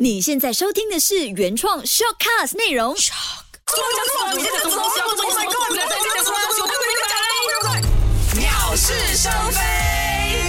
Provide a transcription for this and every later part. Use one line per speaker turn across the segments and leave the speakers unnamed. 你现在收听的是原创 shortcast 内容。
我讲错了，你在讲什么东西啊？我讲错了，你在讲什么东西？我不跟你讲了，鸟是生非。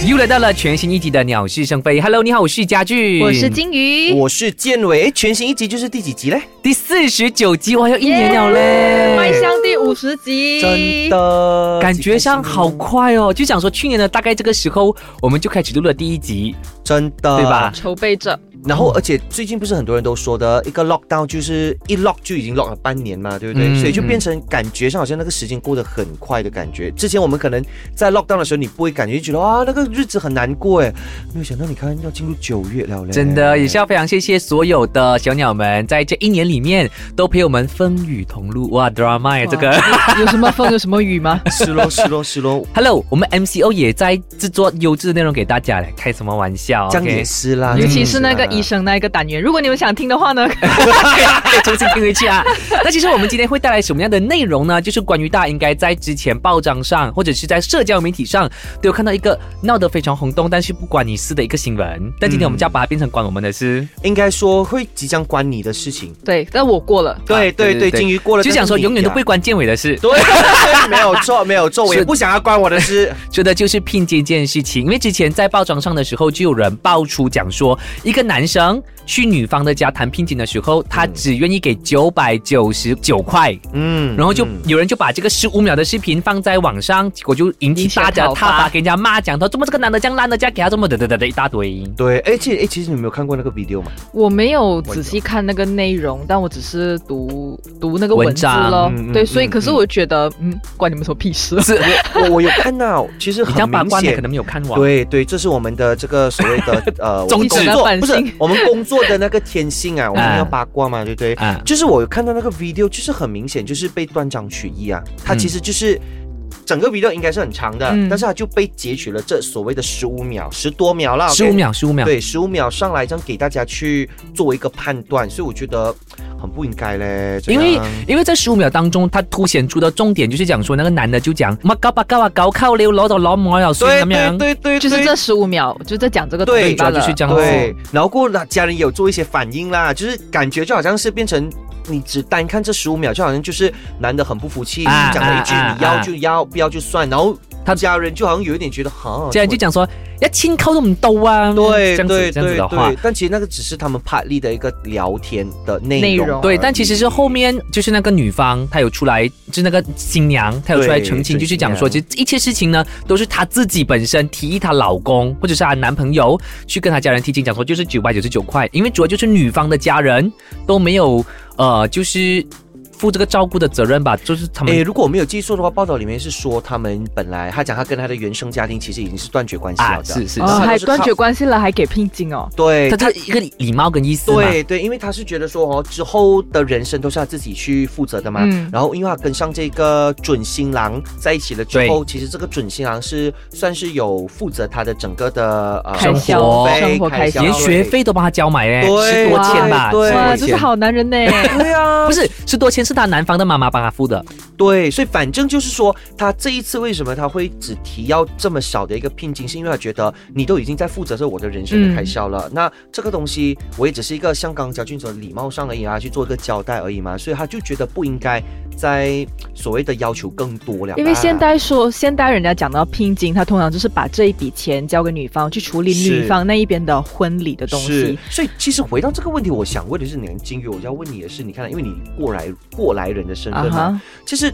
又来到了全新一集的鸟是生非。Hello，你好，我是家具，
我是金鱼，
我是建伟，诶全新一集就是第几集嘞？
第四十九集，哇，要一年了嘞，
迈向第五十集，
真的，
感觉上好
几开心哦，
快哦。就想说去年的大概这个时候，我们就开始录了第一集，
真的，
对吧？？
筹备着，
然后，而且最近不是很多人都说的一个 lockdown，就是一 lock 就已经 lock 了半年嘛，对不对？
嗯
所以就变成感觉上好像那个时间过得很快的感觉。之前我们可能在 lockdown 的时候，你不会感觉就觉得啊那个日子很难过哎，没有想到你看要进入九月了嘞，
真的 也是要非常谢谢所有的小鸟们，在这一年里面都陪我们风雨同路。哇，drama 哎耶，这个。
有什么风有什么雨吗？
是咯是咯 是咯，
Hello，我们 MCO 也在制作优质的内容给大家嘞，开什么玩笑？
这样也
OK
是啦，
尤其是那个
这样也
医
是啦。
生那个单元，如果你们想听的话呢，
可以重新听回去啊。那其实我们今天会带来什么样的内容呢？就是关于大家应该在之前报章上或者是在社交媒体上都有看到一个闹得非常轰动，但是不关你事的一个新闻。但今天我们就要把它变成关我们的事。
应该说会即将关你的事情，
对，但我过了，
对
对
对
对
对，
对
金鱼过了，
就想说
但是你
永远都不
呀
会关建委的事，
对，没有错，没有错，我也
是
不想要关我的 事。
说的就是聘这件事情。因为之前在报章上的时候，就有人爆出讲说，一个男生去女方的家谈聘金的时候，他只愿意给九百九十九块，
嗯
然后就
嗯
有人就把这个十五秒的视频放在网上，结果就引起
引起
大家
讨伐
挞伐，给人家骂，讲他怎么这个男的这样烂的家，给他这么的的的的一大堆。
对，哎，其实哎，其实你有没有看过 那个 video 嘛？
我没有仔细看那个内容，但我只是读读那个文字咯
文章嗯，
对，
嗯
所以
嗯
可是我觉得，嗯，关你们什么屁事？
是，
我我有看到，其实
你这
很
样把
明
关的可
显
能。没有看完。
对对，这是我们的这个所谓的 呃，我
宗
们
旨
工
老
作
板
不是
性
我们工作的那个天性 啊，我们
啊
要八卦嘛，对不对？
啊，
就是我有看到那个 video，就是很明显就是被断章取义啊，它
嗯
其实就是。整个 video 应该是很长的，
嗯
但是它就被截取了这所谓的十五秒、十多秒啦，OK
十五秒，十五秒。
啊对，十五秒上来这样给大家去做一个判断，所以我觉得很不应该嘞。这
因
样
为因为在十五秒当中，他凸显出的重点就是讲说那个男的就讲妈高吧高啊高靠溜老早老啊毛了，所以
对
怎么样
对？对对，
就是
对
这十五秒，就在讲这个
对
罢
主
了，
要就是这样
对，然后过后家人也有做一些反应啦，就是感觉就好像是变成。你只单看这十五秒，就好像就是男的很不服气，
啊
讲了一句
啊
你要
啊
就要，不要就算，然后
他
家人就好像有一点觉得哈，
这样就讲说要亲靠都唔到啊，
对
这样子
对
这样子
对
的话
对，，但其实那个只是他们 partly 的一个聊天的内
内
容而已，
容
对，但其实是后面就是那个女方，她有出来，就是那个新娘，她有出来澄清，
对
就是讲说，
新
其实一切事情呢，都是她自己本身提议她老公或者是她男朋友去跟她家人提亲，讲说就是九百九十九块，因为主要就是女方的家人都没有呃，就是负这个照顾的责任吧，就是他
诶，
们
如果我没有记错的话，报道里面是说他们本来他讲他跟他的原生家庭其实已哎经是断绝关系
啊
了，的。
是是
哦，
是，
还断绝关系了，还给聘金哦，
对，
他这一个礼貌跟意思嘛，
对对，因为他是觉得说哦，之后的人生都是他自己去负责的嘛。
嗯
然后，因为他跟上这个准新郎在一起了之
对
后，其实这个准新郎是算是有负责他的整个的呃
开
销
生活开销
连学。费都帮她交买嘞，哎
对
十多千吧，
对
十多
哇，
我
这
千
是好男人呢，
对 啊
不，是十多千是她男方的妈妈帮她付的，
对，所以反正就是说，他这一次为什么他会只提要这么少的一个聘金，是因为他觉得你都已经在负责着我的人生的开销了。
嗯
那这个东西，我也只是一个像刚刚俊哲礼貌上而已啊，去做一个交代而已嘛，所以他就觉得不应该在所谓的要求更多了吧。
因为现代说，现代人家讲到聘金，他通常就是把这一笔钱交给女方去处理
是
女方那一边的婚礼的东
是
西。，
所以其实回到这个问题，我想问的是，梁金宇，我要问你的是，你看，因为你过来过来人的身
啊
份嘛，
哈，
其实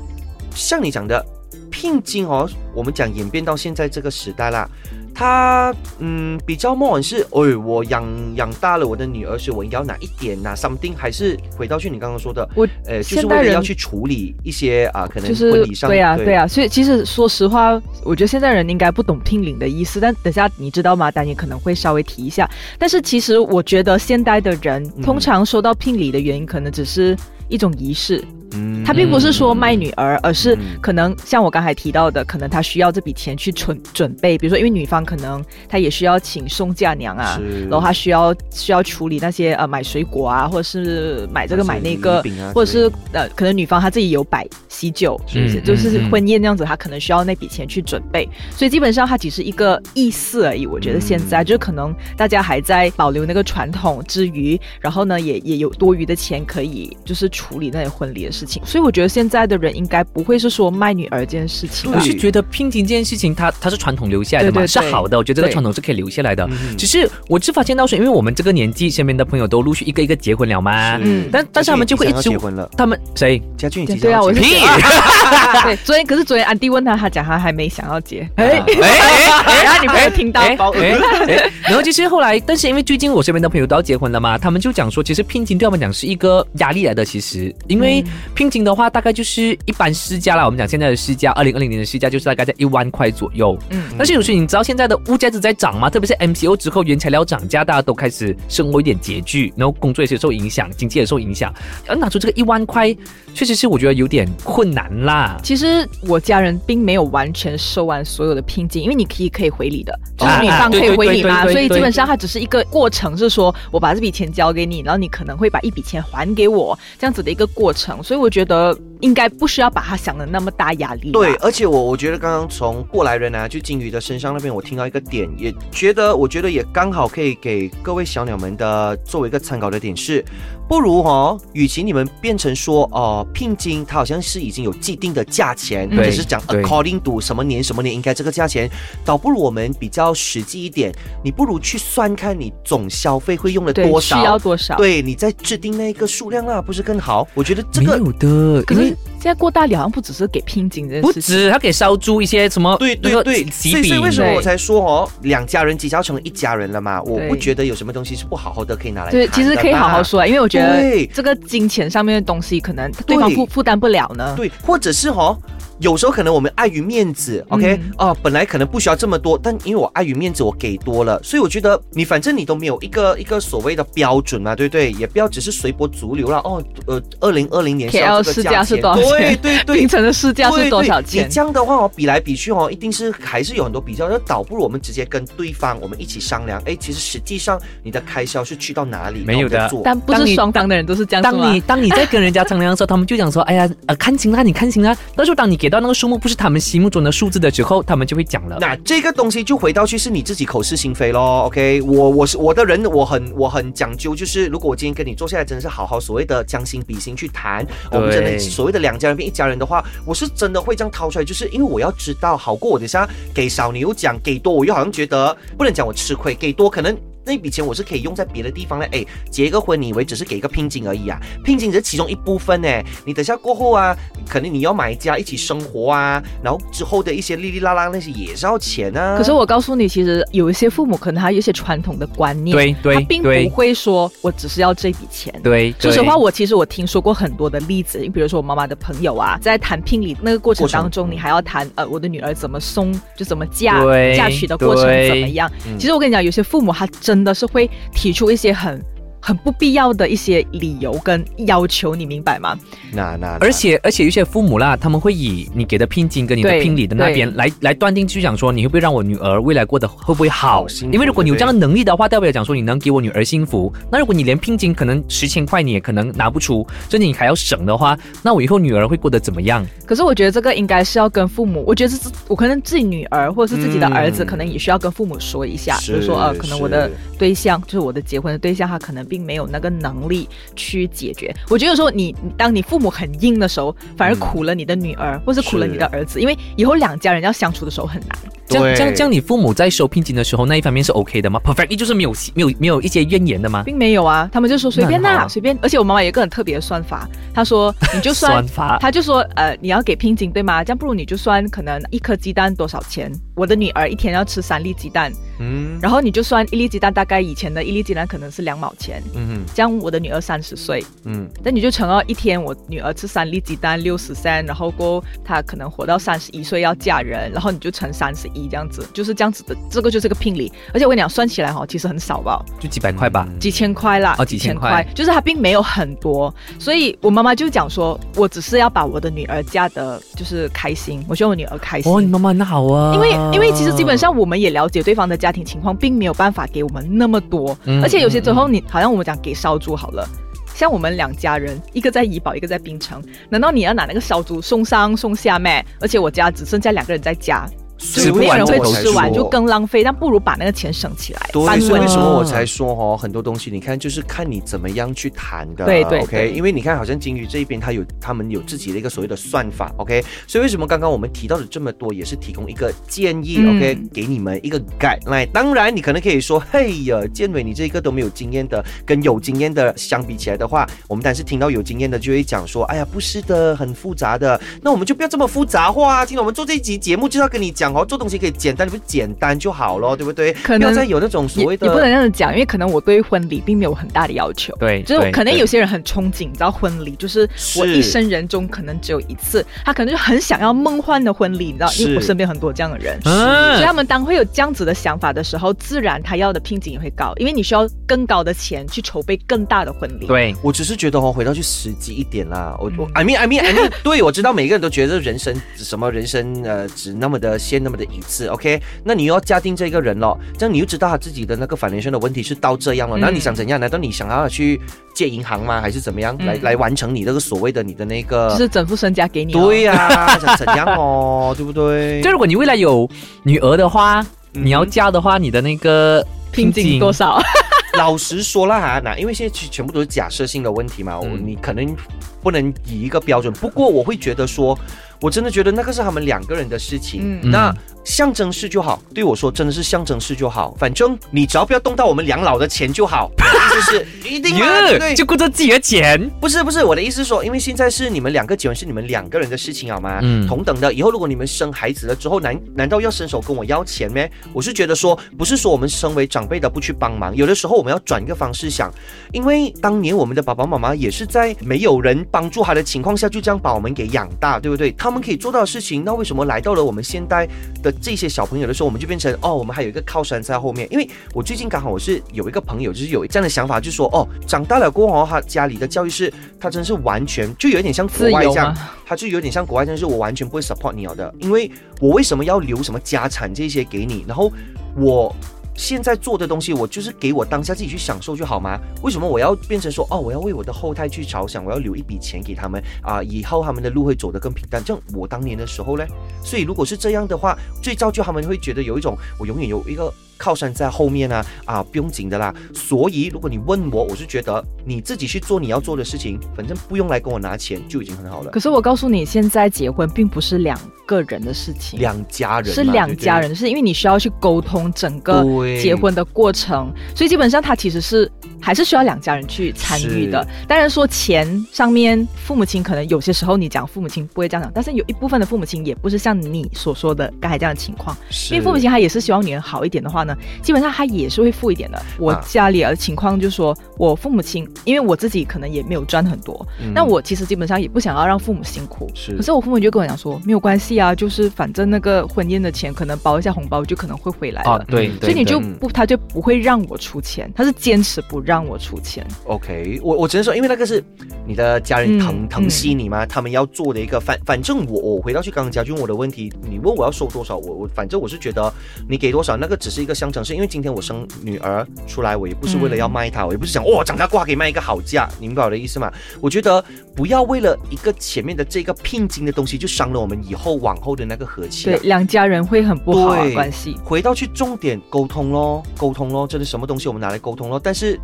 像你讲的聘金哦，我们讲演变到现在这个时代啦，它嗯比较莫很是，哎，我养养大了我的女儿时，我要哪一点哪 something，还是回到去你刚刚说的，
我
呃，就是
现
为
代
了
人
要去处理一些啊、可能
就是
婚礼上
对呀、对啊
呀、
呀、所以其实说实话，我觉得现在人应该不懂聘礼的意思，但等下你知道吗？丹也可能会稍微提一下。但是其实我觉得现代的人
嗯
通常收到聘礼的原因，可能只是一种仪式。
嗯
他并不是说卖女儿，而是
嗯
可能像我刚才提到的，可能他需要这笔钱去准准备，比如说因为女方可能她也需要请送嫁娘啊，
是
然后她需要需要处理那些呃买水果啊，或者是买这个买
买些
那个
礼品啊，
或者
之类
是呃可能女方她自己有摆喜酒，
是
嗯
就是婚宴那样子，她可能需要那笔钱去准备，所以基本上它只是一个意思而已。我觉得现在、就是可能大家还在保留那个传统之余，然后呢也也有多余的钱可以就是处理那些婚礼的事情，所以我觉得现在的人应该不会是说卖女儿这件事情
我
吧。
是觉得聘金这件事情它，它是传统留下来的嘛，
对对对
是好的，我觉得这个
对
传统是可以留下来的。
嗯
只是我只发现到说，因为我们这个年纪，身边的朋友都陆续一个一个结婚了嘛，
嗯
但但是他们就会一
家
直
俊也即将要结婚了，
他们谁？
家俊已
对
经
对啊，我是
屁
觉得对，昨天可是昨天安迪问他，他讲他还没想要结，
哎
哎哎哎
然后女朋友听到包
哎哎哎然后其实后来，但是因为最近我身边的朋友都要结婚了嘛，他们就讲说，其实聘金对他们讲是一个压力来的。其实，因为
嗯
聘金的话，大概就是一般市价啦，我们讲现在的市价，二零二零年的市价就是大概在一万块左右。嗯
嗯，
但是有时你知道现在的物价一直在涨嘛，特别是 MCO 之后，原材料涨价，大家都开始生活有点拮据，然后工作也是受影响，经济也受影响，而拿出这个一万块，确实是我觉得有点困难啦。
其实我家人并没有完全收完所有的聘金，因为你可以可以回礼的，就是女
啊啊
方可
对
以
对
回礼
对
嘛，
对对
所以
对
基本上它只是一个过程，是说我把这笔钱交给你，然后你可能会把一笔钱还给我这样子的一个过程，所以我觉得应该不需要把它想的那么大压力吧。
对，而且我我觉得刚刚从过来人啊，就金鱼的身上那边，我听到一个点，也觉得我觉得也刚好可以给各位小鸟们的作为一个参考的点是，不如哦，与其你们变成说哦、聘金，它好像是已经有既定的价钱，
对
只是讲
对
according to 什么年什么年应该这个价钱，倒不如我们比较实际一点，你不如去算看你总消费会用了
对，
多
需要
少，
多少？，
对，你再制定那一个数量啦，不是更好？我觉得这个
没有的，
可
因
是
为
现在过大礼好像不只是给聘金这
不
件事情，
止他给烧猪一些什么
对
那
对
个
对，
喜
所以所以
饼
为什么
对
我才说哦，两家人即将成为一家人了嘛？我
对
不觉得有什么东西是不好好的可以拿来
对，
谈
其实
的
可以好好
嘛。
说啊，因为我觉得
对
这个金钱上面的东西，可能对方
对
负负担不了呢。
对，或者是哦，有时候可能我们碍于面子，OK，
嗯
哦、本来可能不需要这么多，但因为我碍于面子，我给多了，所以我觉得你反正你都没有一个一个所谓的标准嘛，对不对？也不要只是随波逐流了。哦，呃，二零二零年
KL
是
市
要
价是
这个
多
价
少
钱对
钱
对对
冰，城的市价
对
是多少
对
钱
你？这样的话哦，比来比去哦，一定是还是有很多比较，那倒不如我们直接跟对方我们一起商量，哎，其实实际上你的开销是去到哪里，
没有的
然后我们再做
但不
当
是
你
双方的人都是这样子啊吗
当你当你在跟人家商量的时候，他们就讲说，哎呀，呃，看清啦，你看清啦。但是当你给到那个数目不是他们心目中的数字的时候，他们就会讲了。
那这个东西就回到去是你自己口是心非咯，OK？我我是我的人，我很我很讲究，就是如果我今天跟你坐下来，真的是好好所谓的将心比心去谈，我们真的所谓的两家人变一家人的话，我是真的会这样掏出来，就是因为我要知道好过我等下给少你又讲给多，我又好像觉得不能讲我吃亏，给多可能。那笔钱我是可以用在别的地方嘞，哎，结个婚你以为只是给一个聘金而已啊？聘金只是其中一部分呢。你等下过后啊，可能你要买家一起生活啊，然后之后的一些哩哩啦啦那些也是要钱啊。
可是我告诉你，其实有一些父母可能他有一些传统的观念，
对对
他并
对
不会说我只是要这笔钱。
对，
说
对
实话，我其实我听说过很多的例子，比如说我妈妈的朋友
嗯
啊，在谈聘礼那个过程当
过
中，
程
你还要谈呃我的女儿怎么送，就怎么嫁
对
嫁娶的过程
对
怎么样
嗯。
其实我跟你讲，有些父母他真的是会提出一些很很不必要的一些理由跟要求，你明白吗？
那那，
而且而且有些父母啦，他们会以你给的聘金跟你的
对
聘礼的那边来来断定，就讲说你会不会让我女儿未来过得会不会好
好幸？福
因为如果你有这样的能力的话，代表讲说你能给我女儿幸福。那如果你连聘金可能十千块你也可能拿不出，甚至你还要省的话，那我以后女儿会过得怎么样？
可是我觉得这个应该是要跟父母，我觉得是我可能自己女儿或者是自己的儿子，
嗯
可能也需要跟父母说一下，
是
就是说呃，可能我的
是
对象就是我的结婚的对象，他可能并没有那个能力去解决。我觉得有时候你你当你父母很硬的时候，反而
嗯
苦了你的女儿，或是苦了
是
你的儿子，因为以后两家人要相处的时候很难。
这样
对
这样这样，你父母在收聘金的时候那一方面是 OK 的吗？Perfect，就是没有没有没有一些怨言的吗？
并没有啊，他们就说随便
那很
啦、
好啊
随便。而且我妈妈有一个很特别的算法，她说你就算
算法
她就说呃你要给聘金对吗？这样不如你就算可能一颗鸡蛋多少钱？我的女儿一天要吃三粒鸡蛋，
嗯
然后你就算一粒鸡蛋大概以前的一粒鸡蛋可能是两毛钱，
嗯
这样我的女儿三十岁，
嗯
那你就乘到一天我女儿吃三粒鸡蛋六十三，然后过后她可能活到三十一岁要嫁人，然后你就乘三十一，一这样子，就是这样子的，这个就是个聘礼。而且我跟你讲，算起来哈，其实很少吧，
就几百块吧。
嗯
几千块啦，
哦几千块
就是它并没有很多。所以我妈妈就讲说，我只是要把我的女儿嫁的，就是开心，我希望我女儿开心。
哦，你妈妈很好啊。
因为因为其实基本上我们也了解对方的家庭情况，并没有办法给我们那么多，
嗯
而且有些时候你好像我们讲给烧猪好了。像我们两家人，一个在怡保，一个在槟城，难道你要拿那个烧猪送上送下咩？而且我家只剩下两个人在家，
所
以
没有人会吃
我才
完，
说
就
哦
更浪费。但不如把那个钱省起来，翻
对，所以
本
为什么我
啊
才说哦，很多东西你看就是看你怎么样去谈的，
对对
o
对
k 因为你看好像金鱼这一边，它有他们有自己的一个所谓的算法，OK，所以为什么刚刚我们提到的这么多，也是提供一个建议、
嗯
o k 给你们一个 guideline。当然，你可能可以说，嘿呀，建伟，你这个都没有经验的，跟有经验的相比起来的话，我们但是听到有经验的就会讲说，哎呀，不是的，很复杂的，那我们就不要这么复杂化啊。今天我们做这一集节目就是要跟你讲哦，做东西可以简单，你不简单就好咯，对不对？
可能
不要再有那种
也
所谓
也
的
不能这样讲，因为可能我对婚礼并没有很大的要求。
对，
就是
对
可能
对
有些人很憧憬，你知道婚礼就是我
是
一生人中可能只有一次，他可能就很想要梦幻的婚礼，你知道，因为
是啊
我身边很多这样的人。所以
嗯
他们当会有这样子的想法的时候，自然他要的聘金也会高，因为你需要更高的钱去筹备更大的婚礼。，
对。
我只是觉得哦，回到去实际一点啦。我我
嗯
I mean I mean I mean，对 我知道每个人都觉得人生什么人生呃只那么的限那么的一次，OK？那你又要嘉定这个人了，这样你又知道他自己的那个 financial 的问题是到这样了，
嗯
那你想怎样？难道你想要去借银行吗？还是怎么样来
嗯
来完成你这个所谓的你的那个
就？是整副身家给你、哦。
对呀、想怎样哦， 对不对？嗯
就如果你未来有女儿的话，你要嫁的话，你的那个
嗯聘金多少？
老实说啦哈，那因为现在其实全部都是假设性的问题嘛，我
嗯
你可能不能以一个标准。不过我会觉得说，我真的觉得那个是他们两个人的事情，
嗯
那象征式就好。对我说，真的是象征式就好，反正你只要不要动到我们养老的钱就好。我的意思是，一定嘛啊对不对
耶，就顾着自己的钱。
不是不是，我的意思是说，因为现在是你们两个结婚是你们两个人的事情好吗？
嗯
同等的，以后如果你们生孩子了之后，难难道要伸手跟我要钱咩？我是觉得说，不是说我们身为长辈的不去帮忙，有的时候我们要转一个方式想，因为当年我们的爸爸妈妈也是在没有人帮助他的情况下，就这样把我们给养大，对不对？他们可以做到的事情，那为什么来到了我们现代的这些小朋友的时候，我们就变成哦，我们还有一个靠山在后面？因为我最近刚好我是有一个朋友，就是有这样的想法，就说哦，长大了过后，他家里的教育是，他真是完全就有点像国
自
外
由
这样
吗，
他就有点像国外这样，就是我完全不会 support 你了的，因为我为什么要留什么家产这些给你？然后我。现在做的东西，我就是给我当下自己去享受就好吗？为什么我要变成说哦，我要为我的后代去着想，我要留一笔钱给他们啊、以后他们的路会走得更平淡。这样我当年的时候呢，所以如果是这样的话，最造就他们会觉得有一种我永远有一个靠山在后面啊啊，不用紧的啦。所以如果你问我，我是觉得你自己去做你要做的事情，反正不用来跟我拿钱就已经很好了。
可是我告诉你，现在结婚并不是两个人的事情，
两家人嘛
是两家，人，是因为你需要去沟通整个
对
结婚的过程，所以基本上它其实是还是需要两家人去参与的。当然说钱上面，父母亲可能有些时候你讲父母亲不会这样讲，但是有一部分的父母亲也不是像你所说的刚才这样的情况，因
对
为
不对
父母亲他也是希望女儿好一点的话呢，基本上他也是会付一点
啊
的。我家里的情况就是说，我父母亲因为我自己可能也没有赚很多，
嗯
那我其实基本上也不想要让父母辛苦，
是
可是我父母就跟我讲说，没有关系啊，就是反正那个婚宴的钱可能包一下红包就可能会回来了。
哦，对，
嗯
对
哎所以你就
对
不，他就不会让我出钱，他是坚持不让我出钱。
OK，我我只能说，因为那个是你的家人疼、
嗯
疼惜你嘛，他们要做的一个反反正我我回到去刚刚家军我的问题，你问我要收多少，我我反正我是觉得你给多少那个只是一个相成是因为今天我生女儿出来，我也不是为了要卖她，我也不是想哇长大过后可以卖一个好价，你明白我的意思吗？我觉得不要为了一个前面的这个聘金的东西就伤了我们以后往后的那个和气、
对，两家人会很不好啊
对
关系。
回到去重点沟通咯，沟通咯，真的什么东西我们拿来沟通咯，但是。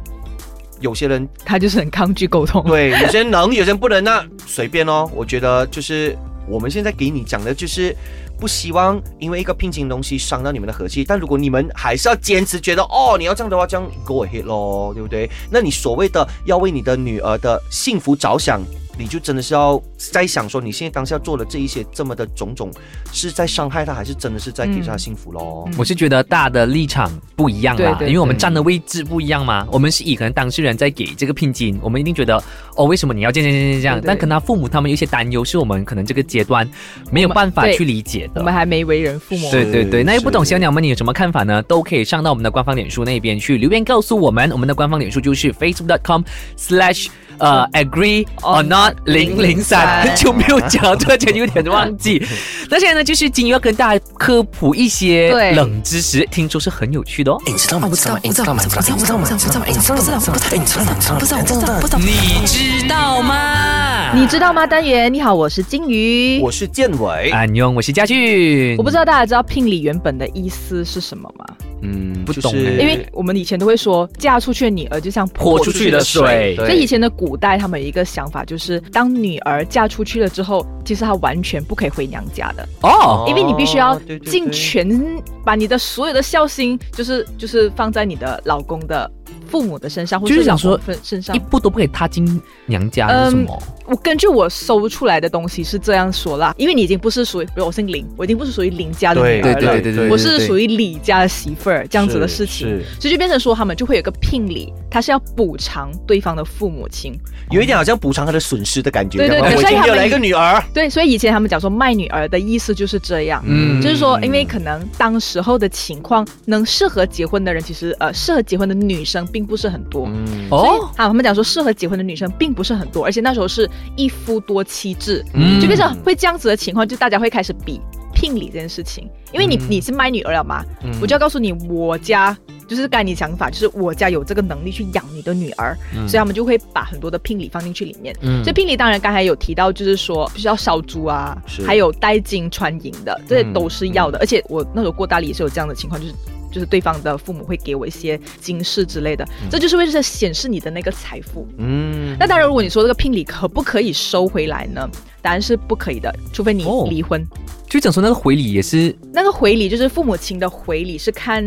有些人
他就是很抗拒沟通。
对，有些人能，有些人不能，那随便哦。我觉得就是我们现在给你讲的，就是不希望因为一个聘金的东西伤到你们的和气。但如果你们还是要坚持觉得哦，你要这样的话，这样 go ahead 咯，对不对？那你所谓的要为你的女儿的幸福着想，你就真的是要在想说，你现在当下做的这一些这么的种种，是在伤害他，还是真的是在给他幸福咯？
我是觉得大的立场不一样啦，
嗯对对对
因为我们站的位置不一样嘛。我们是以可能当事人在给这个聘金，我们一定觉得哦，为什么你要这样这样这样这样？
对对
但可能他父母他们有一些担忧，是我们可能这个阶段没有办法
对
去理解
我
的。
们还没为人父母。
对对对，
是
那又不懂
是
小鸟们你有什么看法呢？都可以上到我们的官方脸书那边去留言告诉我们。我们的官方脸书就是 facebook.com/slash 呃 agree or not 零零三， 很久没有讲，突然间有点忘记。 那现在呢，就是金鱼要跟大家科普一些
对
冷知识，听说是很有趣的哦。
你知道吗？不知道，不知道，不知道，不知道，不知道，不知道，不知道，不知道，不知道，不知道，不知道。
你知道吗？
你知道吗？单元你好，我是金鱼。
我是建伟，
安妞，我是家俊。
我不知道大家知道聘礼原本的意思是什么吗？
嗯，
不
就
懂
是
欸
因为我们以前都会说嫁出去的女儿就像
泼出去的水。
对
所以以前的古代，他们有一个想法，就是当女儿嫁出去了之后，其实她完全不可以回娘家的，
哦，
因为你必须要
对对对
尽全把你的所有的孝心，就是就是放在你的老公的父母的身上，或者
就是想说
老公身上
一。步都不可以踏进娘家，
嗯
是什么？
我根据我搜出来的东西是这样说啦，因为你已经不是属于，比如我姓林，我已经不是属于林家的女儿
对
了，
对对对对对
我是属于李家的媳妇儿这
这
样子的事情。所以就变成说，他们就会有一个聘礼，他是要补偿对方的父母亲。
有一点好像补偿他的损失的感觉。
对对
这
对
样吗我
所以
今天
他
有
们
了一个女儿，
对，所以以前他们讲说卖女儿的意思就是这样。
嗯
就是说，因为可能当时候的情况，能适合结婚的人，其实呃，适合结婚的女生并不是很多。
嗯，
哦，
啊，他们讲说适合结婚的女生并不是很多，而且那时候是一夫多妻制，
嗯
就变成会这样子的情况，就大家会开始比聘礼这件事情，因
嗯
为你、你是卖女儿了嘛，我就要告诉你我家。就是该你想法，就是我家有这个能力去养你的女儿，所以他们就会把很多的聘礼放进去里面。
嗯
所以聘礼当然刚才有提到，就是说必须要烧猪啊
是，
还有戴金穿银的，
嗯
这些都是要的。而且我那时候过大理也是有这样的情况，就是就是对方的父母会给我一些金饰之类的，
嗯
这就是为了显示你的那个财富。
嗯，
那当然，如果你说这个聘礼可不可以收回来呢？答案是不可以的，除非你
哦
离婚。
就讲说那个回礼也是
那个回礼就是父母亲的回礼，是看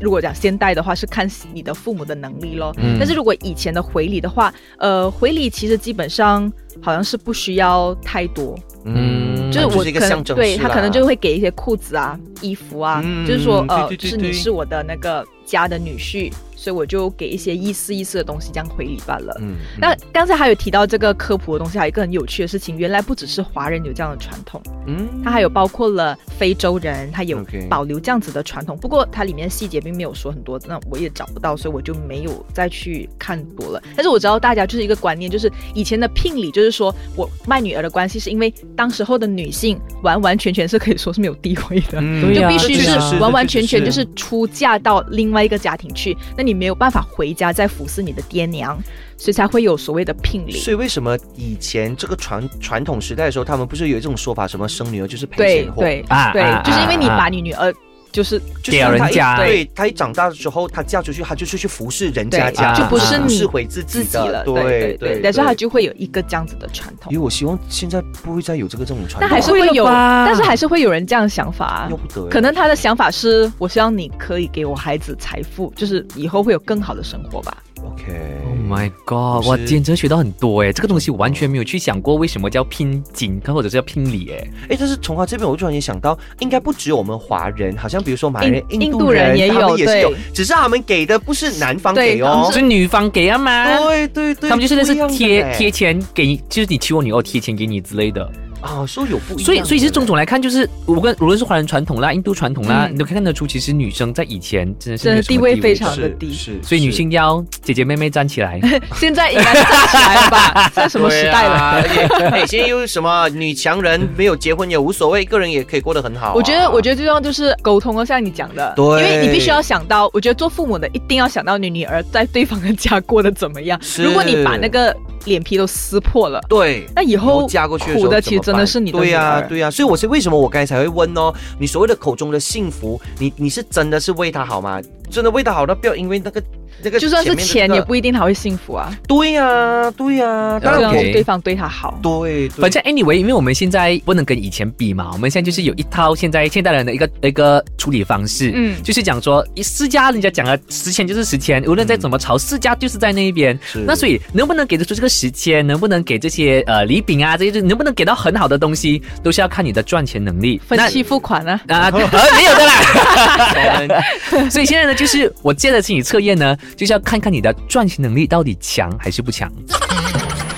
如果讲现代的话，是看你的父母的能力咯。
嗯
但是如果以前的回礼的话，呃，回礼其实基本上好像是不需要太多，
嗯
就
就是
我
是一个
可能
象征
对
式
他
啦
可能就会给一些裤子啊、衣服啊，
嗯
就是说
嗯
呃，
对对对
就是你
对
是我的那个家的女婿，所以我就给一些意思意思的东西这样回礼罢了。
嗯，
那刚才还有提到这个科普的东西，还有一个很有趣的事情，原来不只是华人有这样的传统，
嗯
它还有包括了非洲人，它有
OK
保留这样子的传统。不过它里面细节并没有说很多，那我也找不到，所以我就没有再去看多了。但是我知道大家就是一个观念，就是以前的聘礼，就是说我卖女儿的关系，是因为当时候的女性完完全全是可以说是没有地位的。
嗯
对
就
啊
必须
这确实
是
是
完完全全
这
就
确实
是出嫁到另外一个家庭去，那你没有办法回家再服侍你的爹娘，所以才会有所谓的聘礼。
所以为什么以前这个传传统时代的时候，他们不是有一种说法，什么生女儿就是赔
对
钱货？
对
啊啊
对，就是因为你
啊
把你女儿就是
就是
屌人
他一
家
对他一长大的时候，他嫁出去，他就是去服侍人家
对
家，
就不
是
是
你
回自
自己
的
了，
对
对
对，
但是他
对
就会有一个这样子的传统
因为，我希望现在不会再有这个这种传统，
但还是会
不会了
有，
吧
但是还是会有人这样想法啊
要。不得，
可能他的想法是，我希望你可以给我孩子财富，就是以后会有更好的生活吧。
OK。
Oh my god！哇，
是
今天真的学到很多哎，这个东西我完全没有去想过，为什么叫拼锦，或者是叫拼礼哎。
哎，但是从他这边，我突然也想到，应该不只有我们华人，好像比如说马来人、
印
印
印度人也
他们
有
也是有
对，
只是他们给的不是男方
对
给
他
哦
们，
是女方给啊嘛，
对对对，
他们就是那是
不一样的欸
贴
嘞
贴钱给你，就是你娶我女儿贴钱给你之类的。
啊，说有不一样的嘞，欸
所以，所以是种种来看，就是无论无论是华人传统啦、印度传统啦，
嗯
你都可以看得出，其实女生在以前真的是
真的
没有什么
地位
的
非常
是
的低
是，
所以女
是
性要姐姐妹妹站起来。
现在应该是站起来了吧？现在什么时代了？
对 啊？哎，现在又什么女强人没有结婚也无所谓，个人也可以过得很好啊、
我觉得，我觉得最重要就是沟通哦，像你讲的，
对
因为你必须要想到，我觉得做父母的一定要想到你女儿在对方的家过得怎么样。
是
如果你把那个脸皮都撕破了，
对。
那以
以
后
后嫁过去的时
苦
候
的其实
怎
真
么办
的是你的
对
女
呀、
儿。
对呀、所以我是为什么我刚才会问哦，你所谓的口中的幸福，你你是真的是为他好吗？真的味道好到不要因为那个那个
就算是
前面
钱，
的
也
那个
不一定他会幸福啊。
对呀、对呀、
当
当
然
然我
OK
是对方对他好。
对，对
反正 anyway，因为我们现在不能跟以前比嘛，我们现在就是有一套现在现代人的一个一个处理方式，
嗯
就是讲说一私家人家讲了十千就是十千，无论再怎么吵，私家就是在那一边。
是
那所以能不能给得出这个时间，能不能给这些呃礼品啊，这些就是能不能给到很好的东西，都是要看你的赚钱能力。
分期付款啊，
啊、 呃，没有的啦。 所以现在呢，就是我接的心理测验呢，就是要看看你的赚钱能力到底强还是不强。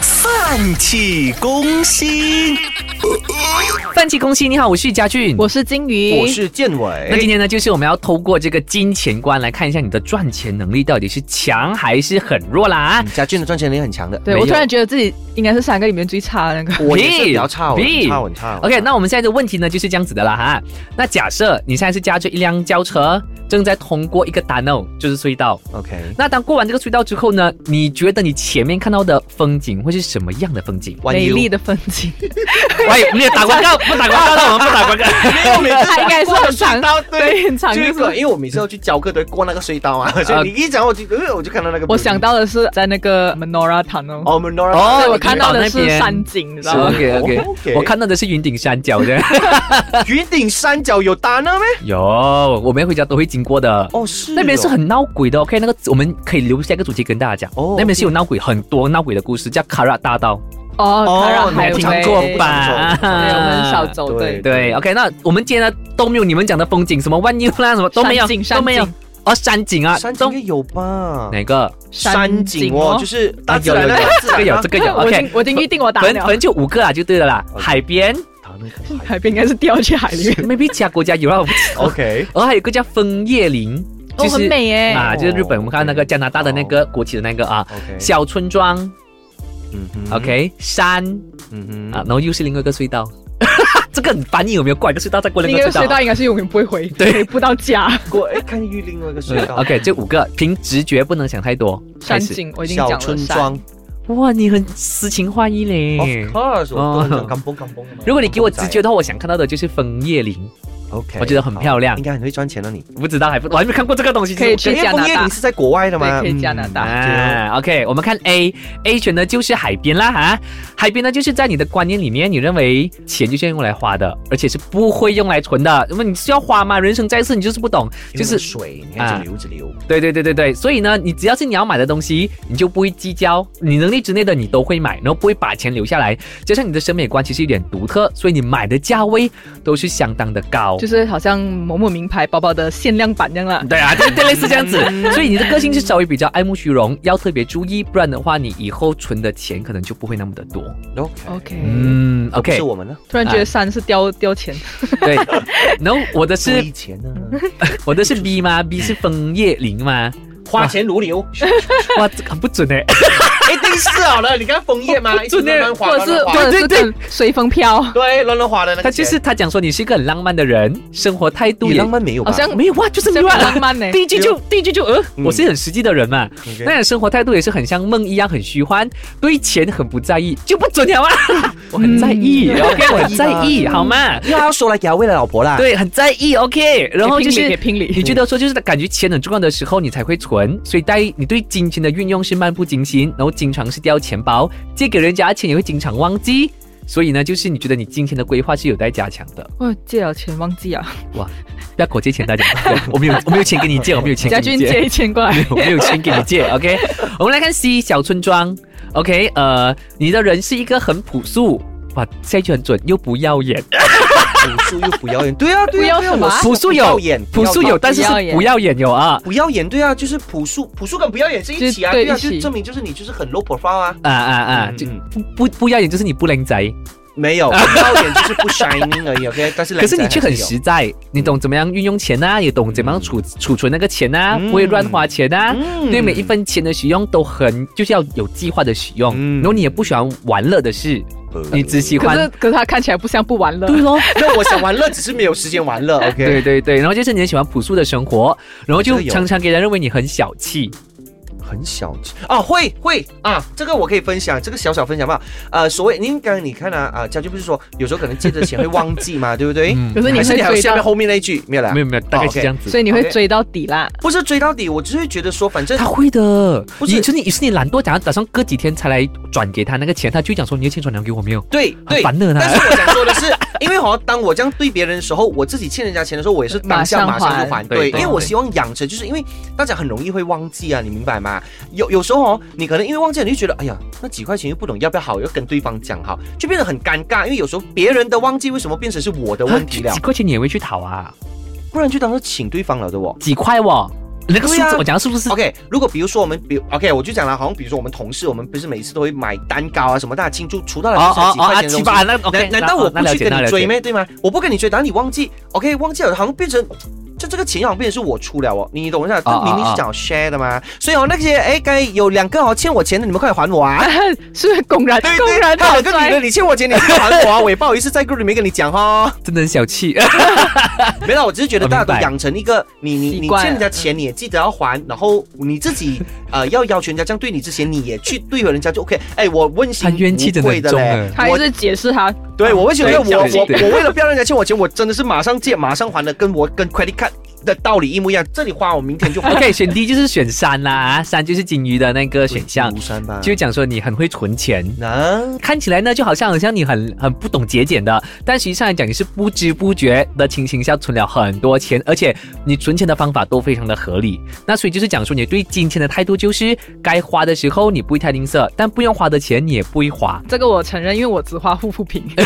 泛起攻心。
范奇恭喜你好，我是嘉俊，
我是金鱼，
我是建
那今
伟，
天呢，就是我们要透过这个金钱观来看一下你的赚钱能力到底是强还是很弱啦啊。
家俊的赚钱能力很强的，
对
没
我
有
突然觉得自己应该是三个里面最差的那
嗯
个。
我也是比较差，我
屁
很差，我很差。我很
OK，
差
那我们现在的问题呢就是这样子的啦哈。那假设你现在是驾着一辆轿车，正在通过一个 tunnel，就是隧道。
OK，
那当过完这个隧道之后呢，你觉得你前面看到的风景会是什么样的风景？
万
美
优
丽的风 景，
喂，没有打广告，不打广告了，我们不打广 告。
他应该是很长，对，很长。
就
就是是
因为我每次要去教课都会过那个隧道啊，所以你一讲我就呃我就看到那个。
我想到的是在那个 Menora Tunnel，
哦，我们 Nora，
哦
对我
你
看到的
到那
是
边
山景， 你知道吗？
OK OK，,
o k
我看到的是云顶山脚的。
云顶山脚有达呢 咩？
有，我们回家都会经过的。
哦，是
那边是
哦
很闹鬼的。OK，那个我们可以留下一个主题跟大家讲。
哦
那边是有闹鬼，很多闹鬼的故事，叫卡拉大道，
哦，
哦
卡拉
你
海
还
威
有
听
没
过
没
吧？
对，我们少走，对，
对，OK，那我们今天呢都没有你们讲的风景，什么万牛啦，什么都没有
山景，山
都没有
景。
哦，山景啊，
山
都
景应该有吧？
哪个？
山景哦，就是大自然
有有
那
哎有
个
这
自
个
然
有
啊
这个有。
我已经
OK，
我已经预定我打
反反
了
正，就五个啊，就对了啦。
OK
海边
达那个海
海边应该是掉去海里面，
，maybe 其他国家有啊，我不知道。
OK，
然后还有一个叫枫叶林，
哦，
就
很
是
美耶。
啊，就是日本我们看那个加拿大的那个国旗的那个啊，
OK，
小村庄
哦嗯哼
，OK，山。
嗯
啊，然后又是另外一个隧道， 这个很烦你有没有？过一个隧道再过另
那
一个
个隧
隧道
道。应该是永远不会回，
对
回不到家。
过哎，看玉另外一个隧道
嗯 OK，这五个凭直觉不能想太多。
山
开始，
景我已经讲
小
了，
村
山
庄
哇，你很诗情画意嘞
Of。course，我都
哦
很刚崩刚崩。
如果你给我直觉的话，我想看到的就是枫叶林，
，OK，
我觉得很漂亮
好应。该很会赚钱啊了你。
不知道还不，我还没看过这个东西。
可以
其
去
实
因为
加拿
枫叶
大
你，是在国外的吗？
对，可以加拿
嗯
我。
大。
啊，OK，我们看 A，A 选的就是海边啦哈。海边呢，就是在你的观念里面，你认为钱就是要用来花的，而且是不会用来存的。那么你是要花吗？人生在世，你就是不懂，就
就是是水，你看
啊
就流着流。
对对对对对，所以呢，你只要是你要买的东西，你就不会计较，你能力之内的你都会买，然后不会把钱留下来。加上你的审美观其实有点独特，所以你买的价位都是相当的高。
就是好像某某名牌包包的限量版一样啦。
对啊，对对，类似这样子，所以你的个性是稍微比较爱慕虚荣，要特别注意，不然的话，你以后存的钱可能就不会那么的多。
OK，
OK，、
嗯，OK，
是我们啊呢？
突然觉得山是掉掉钱，
对。然后我的
是
是
以前呢，
我的是 B 吗？B 是枫叶林吗？
花钱如流，
哇，这个很不准哎、
一定是好了。你看枫叶吗？一直乱
嗯
乱花，
或者是
乱乱
或
花
者是跟随风飘，
对乱乱花的那个
他
钱。
就是他讲说你是一个很浪漫的人，生活态度
你
也
浪漫没有吧？
好像
没有啊，就是没有
好像
啊
很浪漫呢欸
第一句就第一句就呃，
嗯
我是很实际的人嘛，
OK
那你生活态度也是很像梦一样很虚幻，对钱很不在意，就不准了啊！我很在意
嗯
，OK，我很在意，
嗯
好吗？
又要说来给他未来老婆啦。
对，很在意，OK，然后就
也
是。
拼理，也
你
拼理。
觉得说就是感觉钱很重要的时候，你才会存，所以在你对金钱的运用是漫不经心，然后经常是掉钱包，借给人家钱也会经常忘记，所以呢，就是你觉得你金钱的规划是有待加强的。
我借了钱忘记 啊，
不要口借钱，大家，我我没有 我没有钱给你借，我没有钱
家
给
俊
你借。
借一千过来，
我没有钱给你 借，OK？我们来看 C 小村庄，OK？呃，你的人是一个很朴素，哇，下一句很准，又不耀眼，
朴素又不耀眼，对啊，对 啊，
不要什么
对啊
朴素有
不耀眼，
朴素
不耀
有，
眼
但是
不耀
是
眼
不耀眼有啊
不耀眼，对啊，就是朴素，朴素跟不耀眼是一起啊，
就是对
对啊，
一起
就证明就是你就是很 low profile 啊，
啊啊啊！
嗯
就
嗯
不不不耀眼就是你不靓仔，
没有，不耀眼就是不 shining 而已，OK，但是
可是你却很
实，
实在，你懂怎么样运用钱呐、也懂怎么样储储存那个钱呐、
嗯
不会乱花钱呐、
嗯
对每一分钱的使用都很，就是要有计划的使用。
嗯呃
然后你也不喜欢玩乐的事，你只喜
可
欢
是可是他看起来不像不玩乐，
对咯，
那我想玩乐，只是没有时间玩 乐
对
，OK，
对对，然后就是你很喜欢朴素的生活，然后
这
就
个有
常常给人认为你很小气，
很小气啊，会会啊，这个我可以分享，这个小小分享吧。呃，所谓您刚刚你看啊啊，家俊不是说有时候可能借着钱会忘记嘛，对不对？
嗯
可是你
还是
会
你还有
追
下面
到，
后面那一句没有啦？
没有没有，大概是这样子。
所以你会
啊哦 OK
追到底啦。
不是追到底，我只是觉得说，反正
他会的，
不是
你是你是你懒惰，讲打算隔几天才来转给他那个钱，他就讲说你的钱转了给我没有？
对对，
烦的呢
但是我想说的是， 因为好像当我这样对别人的时候，我自己欠人家钱的时候，我也是当下马
马上
上就还。
还
对，
对
因为我希望养成，就是因为大家很容易会忘记啊，你明白吗？有有时候哦，你可能因为忘记了，你就觉得哎呀，那几块钱又不懂要不要好，要跟对方讲好，就变得很尴尬。因为有时候别人的忘记，为什么变成是我的问题
啊
了
几？块钱你也会去讨啊？
不然就当是请对方了的我。
几块哦？那个数
对啊
字我讲的是不是？
OK，如果比如说我们，比如 OK，我就讲了，好像比如说我们同事，我们不是每次都会买蛋糕啊什么，大家庆祝，除到了就是几块
哦
钱的东
啊七
西。
八那 OK，
难难道我不
那了
去
解那
跟你
了
追
解
咩？对吗？我不跟你追，然后你忘记，OK，忘记了，好像变成。就这个钱好像变成是我出了哦，你懂一下，这
啊啊
明明是讲 share 的嘛，所以哦那些哎，该有两个哦欠我钱的，你们快还 我啊！
是公然
对不
公
对？
然
还
讨
有个女
债
的，，你欠我钱，你快还我啊！我也不好意思在 group 里面跟你 讲哦。
真的很小气。
没有，我只是觉得
我
大
哦
家
明白
都养成一个，你你你
习惯
欠人家钱你也记得要还，然后你 自己呃要要求人家这样对你之前，你也去对回人家就 OK。哎，我问心
他冤气
无
真的
愧
很
的
重
嘞
啊，
他
我
一直解释他
对，我会觉得我
对
我
对对
我为了不要让人家欠我钱，我真的是马上借马上还的，跟我跟 credit card 的道理一模一样。这里花我明天就还。
OK，选 D 就是选三啦，三就是金鱼的那个选项
庐，山吧，
就讲说你很会存钱。
啊，
看起来呢，就好像好像你很很不懂节俭的，但实际上来讲，你是不知不觉的情形下存了很多钱，而且你存钱的方法都非常的合理。那所以就是讲说，你对金钱的态度就是，该花的时候你不会太吝啬，但不用花的钱你也不会花。
这个我承认，因为我只花护肤品。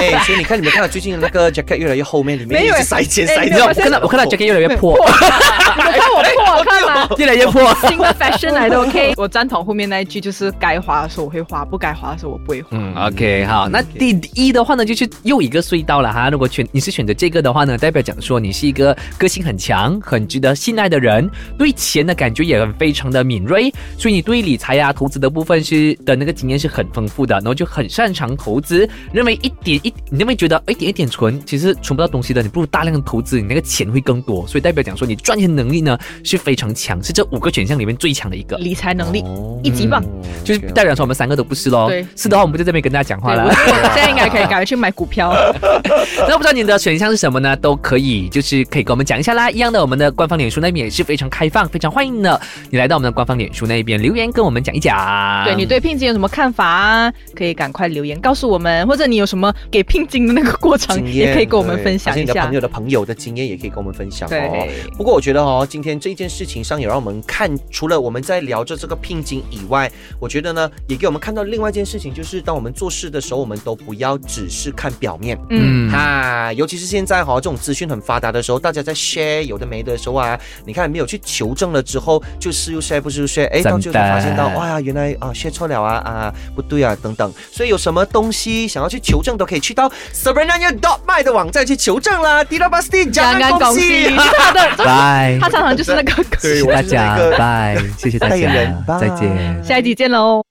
哎，所以你看，你们看到最近那个 jacket 越来越后面，里面
没
一
有
直塞钱
哎
塞哦
没
你知
钱。
道，我看到我看到 Jack 越来越 破，
你看
哎
我破，看嘛，
越来越破。
新 的 fashion 来的 OK。我赞同后面那一句，就是该花的时候我会花，不该花的时候我不会花。
嗯，OK，好，那第一的话呢，就是又一个隧道了哈。如果选你是选择这个的话呢，代表讲说你是一个个性很强、很值得信赖的人，对钱的感觉也很非常的敏锐，所以你对理财呀、投资的部分是的那个经验是很丰富的，然后就很擅长投资。认为一点一，你认为觉得一点一点存，其实存不到东西的，你不如大量的投资，你那个钱会更多。所以代表讲说你赚钱能力呢是非常强，是这五个选项里面最强的一个。
理财能力
哦
一级
嗯
棒。
就是代表说我们三个都不是喽
对，
是的话我们就在这边跟大家讲话
对，
了
我。我现在应该可以赶快去买股 票。 嗯
那不知道你的选项是什么呢？都可以，就是可以跟我们讲一下啦。一样的，我们的官方脸书那边也是非常开放，非常欢迎的。你来到我们的官方脸书那边留言，跟我们讲一讲。
嗯
对你对聘金有什么看法啊？可以赶快留言告诉我们，或者你有什么给聘金的那个过程，
经验
也可以跟我们分
对而
享
且
一
你的
下
朋。友的朋友的经验也可以跟我们分享哦
对。
不过我觉得哦，今天这件事情上也让我们看，除了我们在聊着这个聘金以外，我觉得呢，也给我们看到另外一件事情，就是当我们做事的时候，我们都不要只是看表面。
嗯，
啊，尤其是现在哈、这种资讯很发达的时候，大家在 share 有的没的时候啊，你看没有去求证了之后，就是又 share 不是又 share，哎，
真的
到最后才发现到，哇呀，原来啊 share 错了啊啊，不对啊等等，所以有什么东西想要去求证，都可以去到 Sabrina dot my 的网站去求证啦。迪拉巴斯蒂，
江安公司，就是 他的，
拜，
他常常就是那个。
谢谢大家，拜，谢谢大
代言
家
人，拜
再见。
下一集见喽。